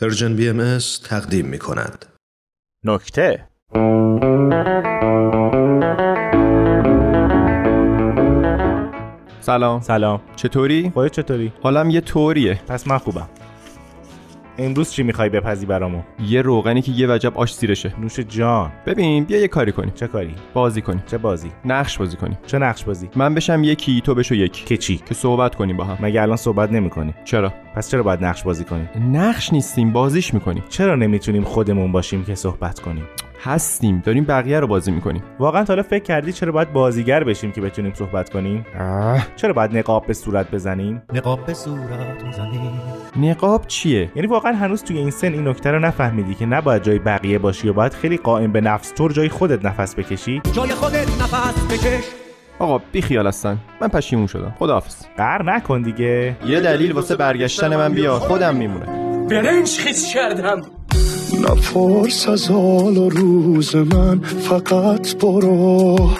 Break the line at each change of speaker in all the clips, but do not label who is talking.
پرژن بی ام از تقدیم می کند.
نکته
سلام
سلام
چطوری؟
خودت چطوری
حالم یه طوریه
پس من خوبم امروز چی میخوای بپزی برامون
یه روغنی که یه وجب آش زیرشه
نوش جان
ببین بیا یه کاری کنیم
چه کاری
بازی کنیم
چه بازی
نقش بازی کنیم
چه نقش بازی
من بشم یکی تو بشو یکی
که چی
که صحبت کنیم با هم
مگه الان صحبت نمیکنی
چرا
پس چرا باید نقش بازی کنیم
نقش نیستیم بازیش میکنیم
چرا نمیتونیم خودمون باشیم که صحبت کنیم
هستیم داریم بقیه رو بازی میکنیم
واقعا تا حالا فکر کردی چرا باید بازیگر بشیم که بتونیم صحبت کنیم چرا باید نقاب به صورت بزنیم
نقاب به صورت میزنی
نقاب چیه
یعنی واقعا هنوز توی این سن این نکته رو نفهمیدی که نباید جای بقیه باشی و باید خیلی قائم به نفس طور جای خودت نفس بکشی
جای خودت نفس بکش
آقا بی خیال هستن من پشیمون شدم خداحافظ
قر نکن دیگه
یه دلیل واسه برگشتن من بیا خودم میمونه
برنج خیز کردم
نپرس از حال و روز من فقط برو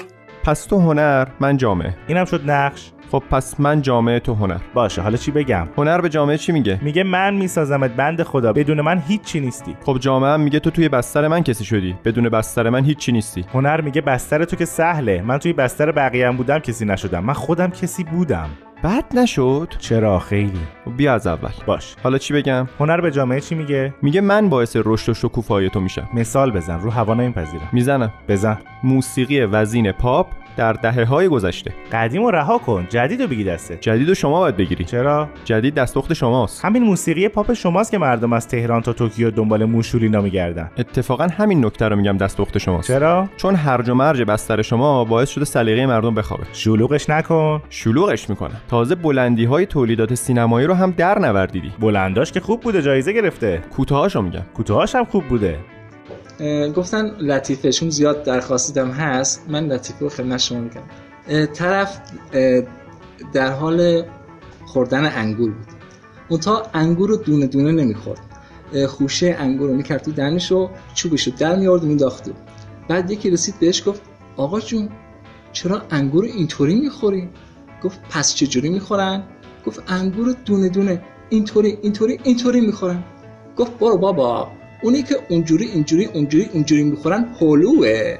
پس تو هنر من جامعه
اینم شد نقش
خب پس من جامعه تو هنر
باشه حالا چی بگم
هنر به جامعه چی میگه
میگه من میسازمت بند خدا بدون من هیچی نیستی
خب جامعه هم میگه تو توی بستر من کسی شدی بدون بستر من هیچی نیستی
هنر میگه بستر تو که سهله من توی بستر بقیه هم بودم کسی نشدم من خودم کسی بودم
بد نشد خب
چرا خیلی
بیا از اول
باش
حالا چی بگم
هنر به جامعه چی میگه
میگه من باعث رشد و شکوفایی تو میشم
مثال بزن رو هوا نمیپذیرم
میزنم
بزن
موسیقی وزین پاپ در دهه های گذشته
قدیم رو رها کن جدید رو بگی دستت
جدید و شما باید بگیری
چرا
جدید دستخت شماست
همین موسیقی پاپ شماست که مردم از تهران تا توکیو دنبال موشولینا میگردن
اتفاقا همین نکته رو میگم دستخت شماست
چرا
چون هرج و مرج بستر شما باعث شده سلیقه مردم بخوابه
شلوغش نکن
شلوغش میکنه تازه بلندی های تولیدات سینمایی رو هم در نوردیدی
بلنداش که خوب بوده جایزه گرفته
کوتاهاشو میگم
کوتاهاش هم خوب بوده
اه، گفتن لطیفه چون زیاد درخواستیدم هست من لطیفه رو خدمت شما میگم اه، طرف اه، در حال خوردن انگور بود منتها انگور رو دونه دونه نمیخورد خوشه انگور رو میکرد تو دهنش و چوبش رو در میارد و میداخت بعد یکی رسید بهش گفت آقا جون چرا انگور رو اینطوری میخوری؟ گفت پس چجوری میخورن؟ گفت انگور رو دونه دونه اینطوری اینطوری اینطوری میخورن گفت برو بابا اونی که اونجوری اینجوری اونجوری اونجوری میخورن پلوه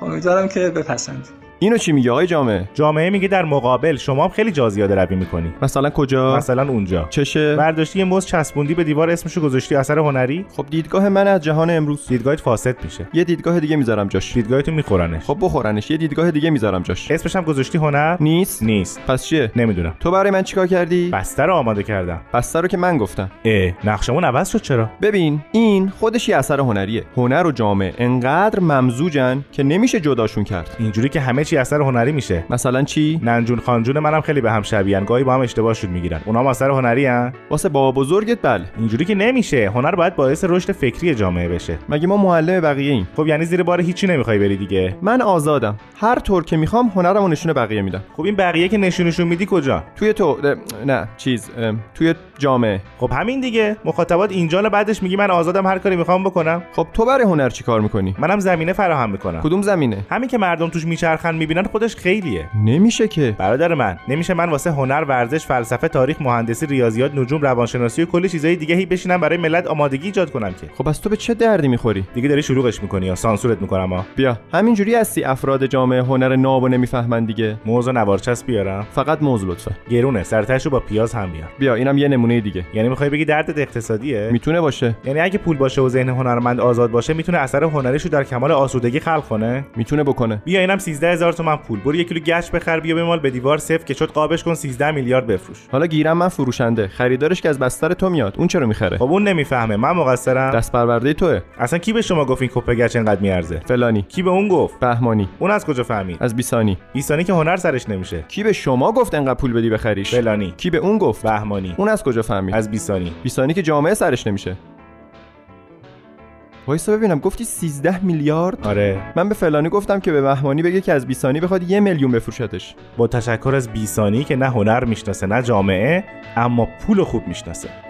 خب، امیدوارم که بپسند
اینو چی میگه آقای جامعه
جامعه میگه در مقابل شما هم خیلی جازیاده روی میکنی
مثلا کجا
مثلا بله. اونجا
چشه
برداشتی یه مز چسبوندی به دیوار اسمشو گذاشتی اثر هنری
خب دیدگاه من از جهان امروز
دیدگاهت فاسد میشه
یه دیدگاه دیگه میذارم جاش
دیدگاهتون میخورنش
خب بخورنش یه دیدگاه دیگه میذارم جاش
اسمش هم گذاشتی هنر
نیست
نیست
پس چیه
نمیدونم
تو برای من چیکار کردی
بستر رو آماده کردم
بستر رو که من گفتم
اه نقشمون عوض شد چرا
ببین این خودش یه اثر هنریه هنر و جامعه انقدر ممزوجن که نمیشه جداشون کرد
اینجوری که همه چی اثر هنری میشه
مثلا چی
ننجون خانجون منم خیلی به هم شبیهن گاهی با هم اشتباه شد میگیرن اونا هم اثر هنری هن؟
واسه بابا بزرگت بله
اینجوری که نمیشه هنر باید باعث رشد فکری جامعه بشه
مگه ما معلم بقیه این
خب یعنی زیر بار هیچی نمیخوای بری دیگه
من آزادم هر طور که میخوام هنرمو نشون بقیه میدم
خب این بقیه که نشونشون میدی کجا
توی تو نه, نه، چیز ام، توی جامعه
خب همین دیگه مخاطبات اینجا رو بعدش میگی من آزادم هر کاری میخوام بکنم
خب تو برای هنر چی کار میکنی
منم زمینه فراهم میکنم
کدوم زمینه
همین که مردم توش میچرخن میبینن خودش خیلیه
نمیشه که
برادر من نمیشه من واسه هنر ورزش فلسفه تاریخ مهندسی ریاضیات نجوم روانشناسی و کلی چیزای دیگه هی بشینم برای ملت آمادگی ایجاد کنم که
خب از تو به چه دردی میخوری
دیگه داری شلوغش میکنی یا سانسورت میکنم ها
بیا همینجوری هستی افراد جامعه هنر ناب و نمیفهمن دیگه
موزه نوارچسب بیارم
فقط موضوع لطفا
گرونه سرتاشو با پیاز هم بیار
بیا اینم یه نمونه دیگه
یعنی میخوای بگی دردت اقتصادیه
میتونه باشه
یعنی اگه پول باشه و ذهن هنرمند آزاد باشه میتونه اثر هنریشو در کمال آسودگی خلق کنه
میتونه بکنه
بیا اینم 13000 تومن پول برو یک کیلو گچ بخر بیا بمال به دیوار صفر که شد قابش کن 13 میلیارد بفروش
حالا گیرم من فروشنده خریدارش که از بستر تو میاد اون چرا میخره
خب اون نمیفهمه من مقصرم
دست پرورده توه
اصلا کی به شما گفت این کپه گچ انقدر میارزه
فلانی
کی به اون گفت
بهمانی
اون از کجا فهمید
از بیسانی
بیسانی که هنر سرش نمیشه
کی به شما گفت انقدر پول بدی بخریش
فلانی
کی به اون گفت
بهمانی
اون از کجا فهمید
بله. از بیسانی
بیسانی که جامعه سرش نمیشه وایسا ببینم گفتی 13 میلیارد
آره
من به فلانی گفتم که به بهمانی بگه که از بیسانی بخواد یه میلیون بفروشتش
با تشکر از بیسانی که نه هنر میشناسه نه جامعه اما پول رو خوب میشناسه